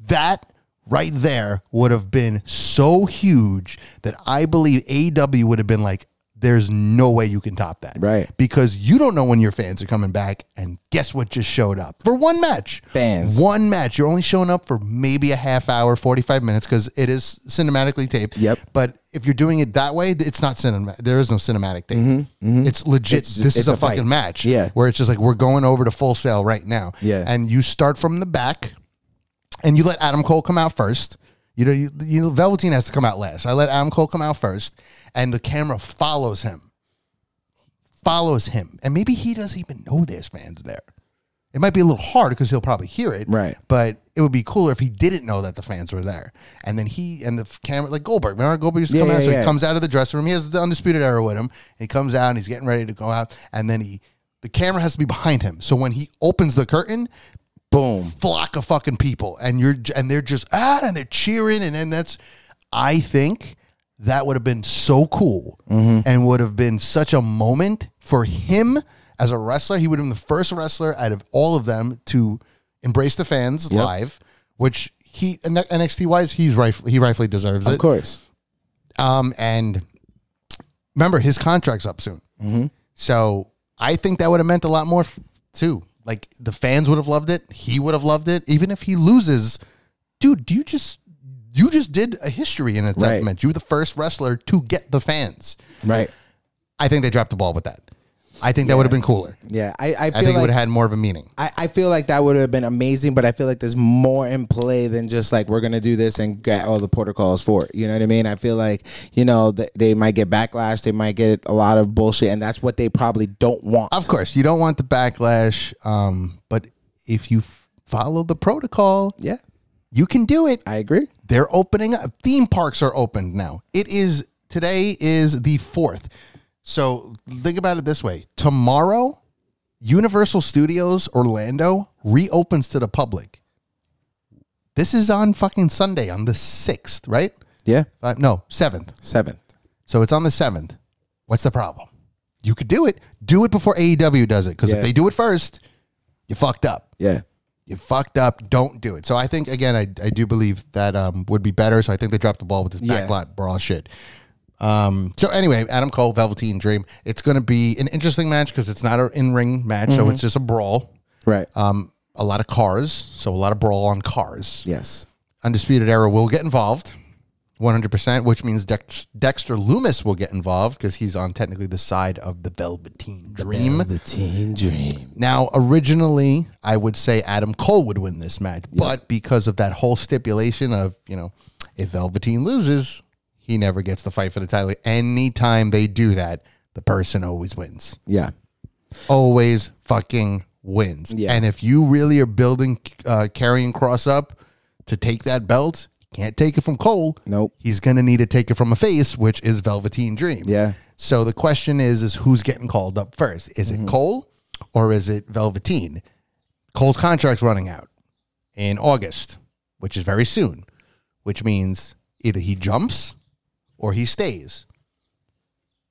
That right there would have been so huge that I believe AEW would have been like, "There's no way you can top that."
Right.
Because you don't know when your fans are coming back, and guess what just showed up for one match?
Fans.
One match. You're only showing up for maybe a half hour, 45 minutes, because it is cinematically taped.
Yep.
But if you're doing it that way, it's not cinematic. There is no cinematic tape. It's legit.
Mm-hmm, It's-
this is
it's
a,
a fight.
fucking match.
Yeah.
Where it's just like, we're going over to full sale right now.
Yeah.
And you start from the back and you let Adam Cole come out first. You know, you, you Velveteen has to come out last. I let Adam Cole come out first, and the camera follows him, follows him, and maybe he doesn't even know there's fans there. It might be a little hard because he'll probably hear it,
Right.
But it would be cooler if he didn't know that the fans were there, and then he and the f- camera, like Goldberg, remember Goldberg used to
Yeah,
come out,
yeah,
so he
yeah.
comes out of the dressing room. He has the undisputed era with him. He comes out and he's getting ready to go out, and then he, the camera has to be behind him. So when he opens the curtain,
Boom.
flock of fucking people and you're and they're just ah and they're cheering and then that's I think that would have been so cool and would have been such a moment for him as a wrestler. He would have been the first wrestler out of all of them to embrace the fans live, which he NXT wise, he's rifle, he rightfully deserves
Of
it.
course.
Um, and remember, his contract's up soon.
Mm-hmm.
So I think that would have meant a lot more f- too. Like the fans would have loved it. He would have loved it. Even if he loses, dude, you just you just did a history in a
Right.
segment. You were the first wrestler to get the fans.
Right.
I think they dropped the ball with that. I think that would have been cooler.
Yeah. I, I
I,
feel
think it
like
would have had more of a meaning.
I, I feel like that would have been amazing, but I feel like there's more in play than just like we're gonna do this and get all the protocols for it. You know what I mean? I feel like you know th- they might get backlash, they might get a lot of bullshit, and that's what they probably don't want.
Of course, you don't want the backlash, um, but if you f- follow the protocol,
Yeah,
you can do it.
I agree.
They're opening up. Theme parks are opened now. It is today is the fourth. So think about it this way: tomorrow, Universal Studios Orlando reopens to the public. This is on fucking Sunday on the sixth, right?
Yeah,
Uh, no, seventh.
seventh.
So it's on the seventh. What's the problem? You could do it. Do it before AEW does it, because
Yeah.
if they do it first, you fucked up
Yeah,
you fucked up. Don't do it. So I think again, I, I do believe that um, would be better. So I think they dropped the ball with this
Yeah.
backlot brawl shit. Um, so anyway, Adam Cole, Velveteen Dream. It's going to be an interesting match because it's not an in-ring match, so
Mm-hmm.
it's just a brawl.
right.
Um, a lot of cars, so a lot of brawl on cars.
yes,
Undisputed Era will get involved, one hundred percent, which means Dex- Dexter Loomis will get involved because he's on technically the side of the Velveteen Dream.
the teen dream.
Now, originally, I would say Adam Cole would win this match, but because of that whole stipulation of, you know, if Velveteen loses, he never gets the fight for the title. Anytime they do that, the person always wins.
Yeah,
Always fucking wins.
Yeah.
And if you really are building uh, carrying cross up to take that belt, can't take it from Cole.
Nope.
He's gonna need to take it from a face, which is Velveteen Dream.
Yeah.
So the question is, is who's getting called up first? Is
Mm-hmm.
it Cole or is it Velveteen? Cole's contract's running out in August, which is very soon, which means either he jumps or he stays.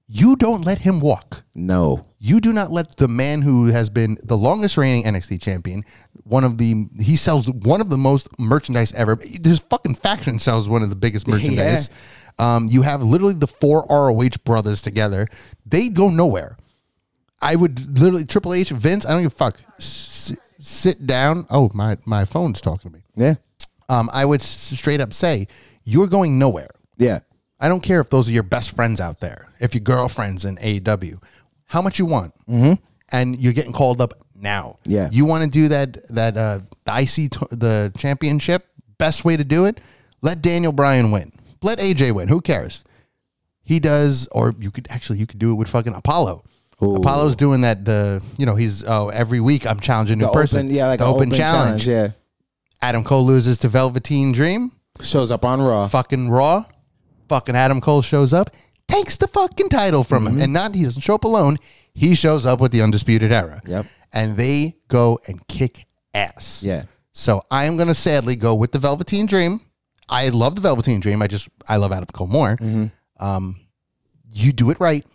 You don't let him walk.
no.
You do not let the man who has been the longest reigning NXT champion, one of the he sells one of the most merchandise ever. His fucking faction sells one of the biggest merchandise. Um, you have literally the four ROH brothers together. They go nowhere. I would literally Triple H, Vince. I don't give a fuck. S- sit down. Oh my, my phone's talking to me.
Yeah,
Um, I would s- straight up say you're going nowhere.
yeah,
I don't care if those are your best friends out there, if your girlfriend's in AEW, how much you want,
Mm-hmm.
and you're getting called up now.
Yeah.
you want to do that that uh, the IC t- the championship. Best way to do it: let Daniel Bryan win, let AJ win. Who cares? He does, or you could actually you could do it with fucking Apollo. Apollo's doing that. The you know he's oh every week I'm challenging a new
The
person.
open, yeah, like
the
an
open, challenge.
challenge.
Adam Cole loses to Velveteen Dream
Yeah, shows up on Raw.
fucking Raw, fucking Adam Cole shows up, takes the fucking title from
Mm-hmm.
him, and not he doesn't show up alone. He shows up with the Undisputed Era.
Yep.
And they go and kick ass.
Yeah.
So I am gonna sadly go with the Velveteen Dream. I love the Velveteen Dream. I just I love Adam Cole more.
Mm-hmm.
Um, you do it right,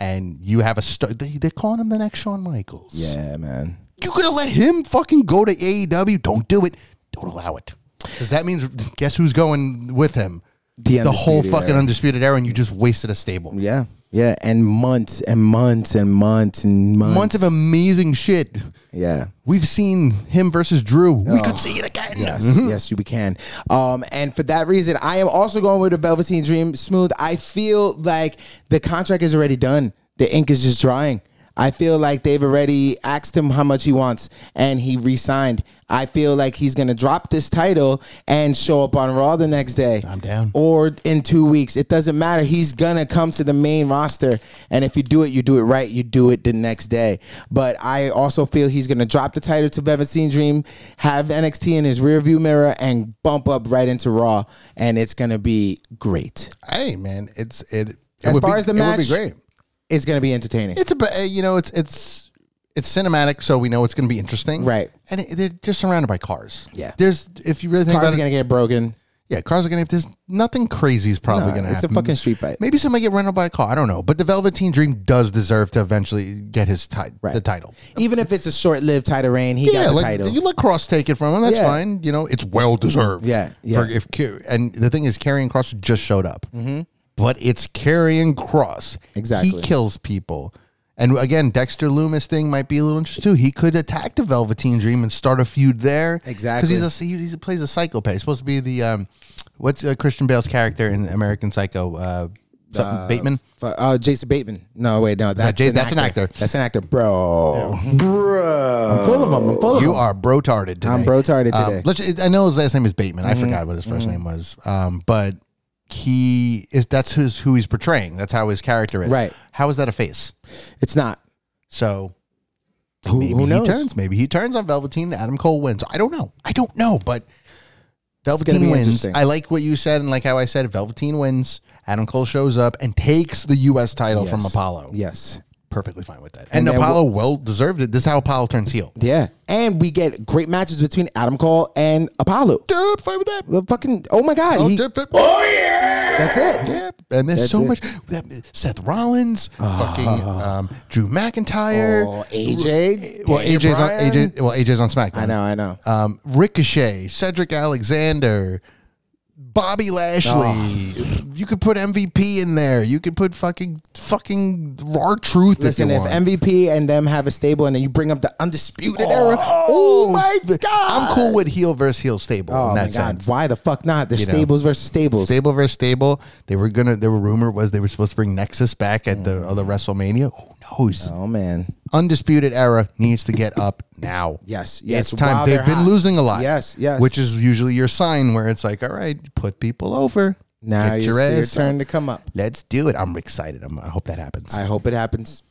and you have a star. They, they're calling him the next Shawn Michaels.
Yeah, man.
You gonna let him fucking go to AEW? Don't do it. Don't allow it. Because that means guess who's going with him?
The
the whole
Undisputed
fucking
Era.
undisputed era, and you just wasted a stable.
Yeah, yeah, and months and months and months and months.
Months of amazing shit.
yeah.
We've seen him versus Drew. We could see it again.
Oh. Yes,
Mm-hmm.
yes, you can. Um, and for that reason, I am also going with the Velveteen Dream Smooth. I feel like the contract is already done. The ink is just drying. I feel like they've already asked him how much he wants, and he re-signed. I feel like he's gonna drop this title and show up on Raw the next day.
I'm down.
Or in two weeks, it doesn't matter. He's gonna come to the main roster, and if you do it, you do it right. You do it the next day. But I also feel he's gonna drop the title to Velveteen Dream, have NXT in his rearview mirror, and bump up right into Raw, and it's gonna be great.
Hey man, it's it.
As
it would
far
be-
as the
it
match,
would be great.
It's gonna be entertaining.
It's a ba- uh, you know it's it's it's cinematic, so we know it's going to be interesting,
Right.
And it, they're just surrounded by cars.
Yeah.
there's if you really think
Cars
about
are
it,
gonna get broken.
Yeah, cars are gonna have this. Nothing crazy is probably
Nah,
gonna
it's a
happen.
fucking street fight.
Maybe somebody get run over by a car. I don't know. But the Velveteen Dream does deserve to eventually get his ti-
Right.
the title.
Even if it's a short-lived title reign, he
yeah,
got the
like
title.
you let Cross take it from him. That's
Yeah.
fine. You know, it's well deserved.
Yeah, yeah.
For- if Car- and the thing is, Carrying Cross just showed up, mm-hmm. but it's Carrying Cross.
Exactly.
he kills people. And again, Dexter Loomis thing might be a little interesting too. He could attack the Velveteen Dream and start a feud there.
Exactly.
because he's a, he, he plays a psychopath. He's supposed to be the um, what's uh, Christian Bale's character in American Psycho? Uh, something Bateman.
Fu- uh, Jason Bateman. No, wait, no, that's,
Ja-
an,
that's
actor.
an actor.
That's an actor, bro. Bro, I'm full of them. I'm full of
You
them.
are brotarded today.
I'm bro-tarded
Um,
today. Mm-hmm.
let's, I know his last name is Bateman. I forgot what his 1st name was. Um, but he is that's who's who he's portraying. That's how his character is.
Right.
How is that a face?
It's not.
So
Who,
maybe
who knows?
he turns. Maybe he turns on Velveteen. Adam Cole wins. I don't know. I don't know. But
be
Velveteen wins.
interesting.
I like what you said and like how I said. Velveteen wins. Adam Cole shows up and takes the U.S. title Oh, from
Yes.
Apollo.
Yes.
Perfectly fine with that. And,
then
Apollo well deserved it. This is how Apollo turns heel.
Yeah, and we get great matches between Adam Cole and Apollo.
Dude, fine with that.
The fucking oh my god,
Oh,
he-
dude, but-
that's it.
Yeah, and there's
That's
so
it. Ah.
much. that- Seth Rollins, fucking um, Drew McIntyre,
Oh, AJ,
Well,
Daniel
AJ's on
Bryan.
AJ. Well, AJ's on SmackDown.
I know, I know.
Um, Ricochet, Cedric Alexander, Bobby Lashley.
Ah.
You could put MVP in there. You could put fucking fucking Raw Truth.
Listen,
if, you
if
want.
MVP and them have a stable, and then you bring up the undisputed era,
Oh,
oh my
th-
god,
I'm cool with heel versus heel stable.
Oh
in
my
that
god,
sense.
why the fuck not? There's
You know.
stables versus stables.
Stable versus stable. They were gonna. There were rumor was they were supposed to bring Nexus back at the other WrestleMania. Who knows?
Oh man,
Undisputed Era needs to get up now.
Yes, yes,
It's time.
while
They've
they're
been
hot.
losing a lot.
Yes, yes.
Which is usually your sign where it's like, all right, put people over.
now
Get
it's your,
ass up.
turn to come up.
Let's do it. I'm excited. I'm, I hope that happens.
I
I,
hope it happens.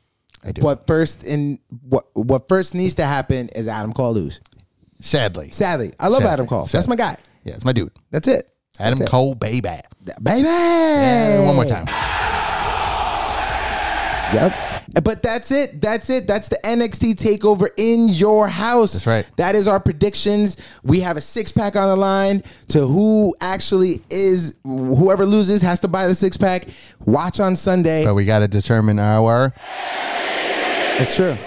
do.
What first in what what first needs to happen is Adam Cole lose.
Sadly.
Sadly, I love
Sadly,
Adam Cole. That's
sadly.
my guy.
yeah, it's my dude.
That's it.
Adam
That's it.
Cole, baby.
baby.
And one more time.
Yep. But that's it. That's it. That's the NXT takeover in your house.
That's right.
That is our predictions. We have a six pack on the line to who actually is whoever loses has to buy the six pack. Watch on Sunday.
But we got to determine our.
That's true.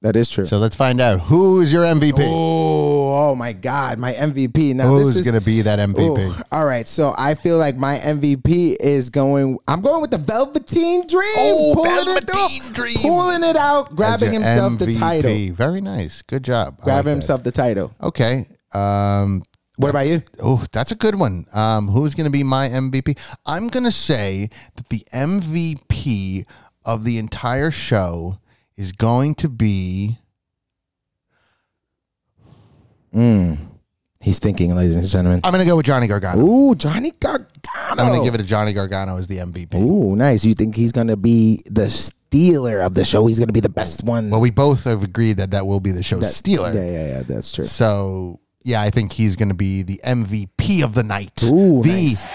That is true.
So let's find out who is your MVP.
Oh, oh my God, my MVP. Now
Who's
this is oh,
going to be that MVP?
Ooh, all right, so I feel like my MVP is going. I'm going with the Velveteen Dream.
Oh,
it out-
Velveteen Dream.
Pulling it out,
That's
grabbing
your
himself the
MVP.
title.
Very nice. Good job. I like
Grabbing
that.
himself the title.
Okay. Um,
What about you?
Oh, that's a good one. Um, who's going to be my MVP? I'm going to say that the MVP of the entire show is going to be.
He's thinking, ladies and gentlemen.
I'm going to go with Johnny Gargano.
Ooh, Johnny Gargano.
I'm going to give it to Johnny Gargano as the MVP.
Ooh, nice. You think he's gonna be the stealer of the show? He's gonna be the best one.
Well, we both have agreed that that will be the show's
That-
stealer.
Yeah, yeah, yeah. That's true.
So, yeah, I think he's going to be the MVP of the night.
Ooh,
the
nice.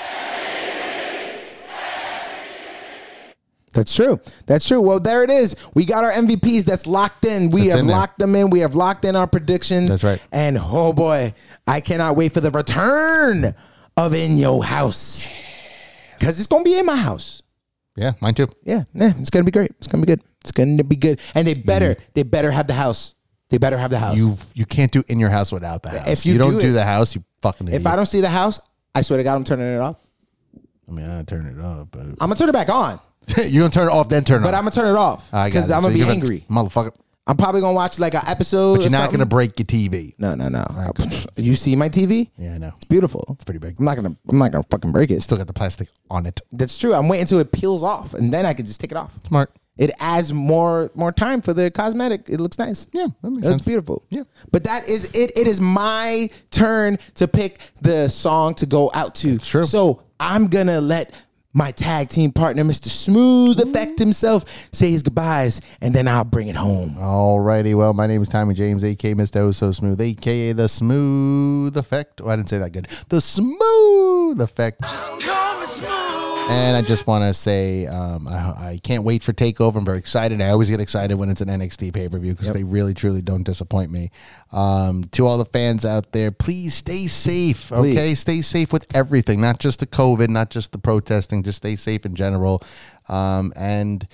That's true. That's true. Well, there it is. We got our MVPs. That's locked in. We
That's
have
in there.
locked them in. We have locked in our predictions.
That's right.
And oh boy, I cannot wait for the return of In Your House. Because it's going to be in my house.
Yeah, mine too.
Yeah. Yeah. It's going to be great. It's going to be good. It's going to be good. And they better, they better have the house. They better have the house.
You you can't do in your house without the house.
If you
don't
do
do
it-
the house, you fucking idiot.
if I don't see the house, I swear to God, I'm turning it off.
I mean, I turn it off, but
I'm going to turn it back on,
You're gonna turn it off, then turn it
but I'm
on.
going to turn it off
I got
because
it.
I'm
So
going to
you're
be angry.
motherfucker.
I'm probably going to watch like an episode.
But you're not
going
gonna break your TV.
No, no, no. You see my TV?
Yeah, I know.
It's beautiful. It's
pretty big.
I'm not gonna. I'm not gonna fucking break it.
Still got the plastic on it.
That's true. I'm waiting until it peels off, and then I can just take it off.
Smart.
It adds more more time for the cosmetic. It looks nice.
Yeah, that makes
It looks
sense.
beautiful.
Yeah.
But that is it. It is my turn to pick the song to go out to.
true.
So I'm gonna let my tag team partner, Mr. Smooth, affect himself, say his goodbyes, and then I'll bring it home.
Oh. Alrighty, well, my name is Tommy James, aka Mr. Oh So Smooth, aka the Smooth Effect. Oh, I didn't say that good. The Smooth Effect.
Just call me smooth.
And I just want to say um, I, I can't wait for Takeover. I'm very excited. I always get excited when it's an NXT pay per view because they really truly don't disappoint me. Um, to all the fans out there, please stay safe. Okay, stay safe with everything, not just the COVID, not just the protesting. Just stay safe in general, um, and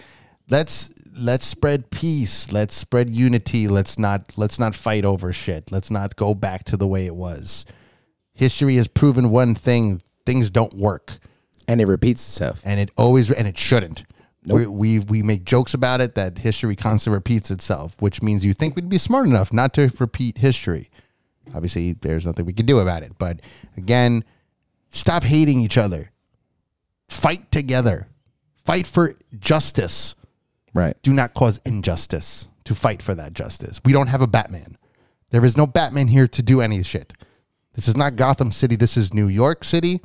let's let's spread peace. Let's spread unity. Let's not let's not fight over shit. Let's not go back to the way it was. History has proven one thing: things don't work
and it repeats itself.
and it always and it shouldn't. We, we we make jokes about it that history constantly repeats itself, which means you think we'd be smart enough not to repeat history. Obviously, there's nothing we can do about it. But again, stop hating each other. Fight together. Fight for justice.
Right.
Do not cause injustice. To fight for that justice. We don't have a Batman. There is no Batman here to do any shit. This is not Gotham City. This is New York City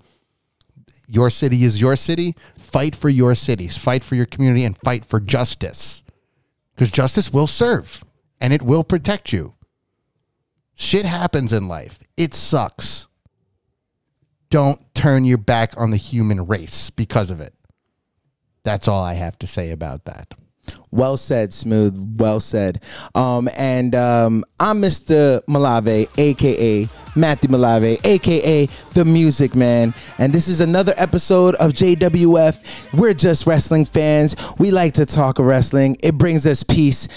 your city is your city. Fight for your cities, fight for your community, and fight for justice. Because justice will serve and it will protect you. Shit happens in life, it sucks. Don't turn your back on the human race because of it. That's all I have to say about that.
Well said, Smooth. Well said. Um, and um, I'm Mr. Malave, aka Matthew Malave, aka The Music Man. And this is another episode of JWF. We're just wrestling fans. We like to talk wrestling, it brings us peace.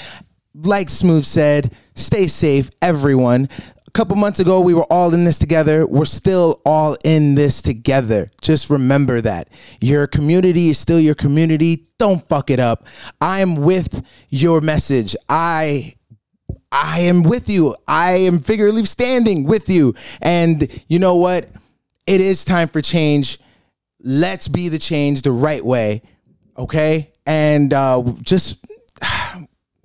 Like Smooth said, stay safe, everyone. A couple months ago, we were all in this together. We're still all in this together. Just remember that. Your community is still your community. Don't fuck it up. I am with your message. I I am with you. I am figuratively standing with you. And you know what? It is time for change. Let's be the change the right way. Okay? And uh, just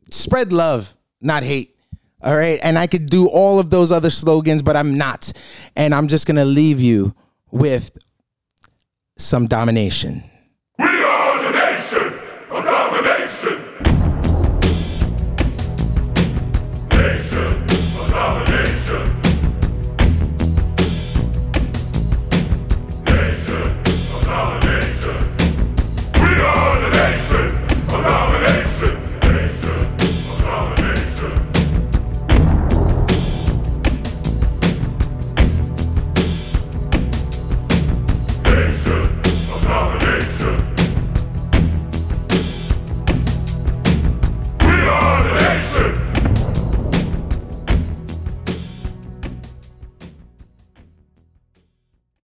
spread love, not hate. All right. And I could do all of those other slogans, but I'm not. And I'm just going to leave you with some domination.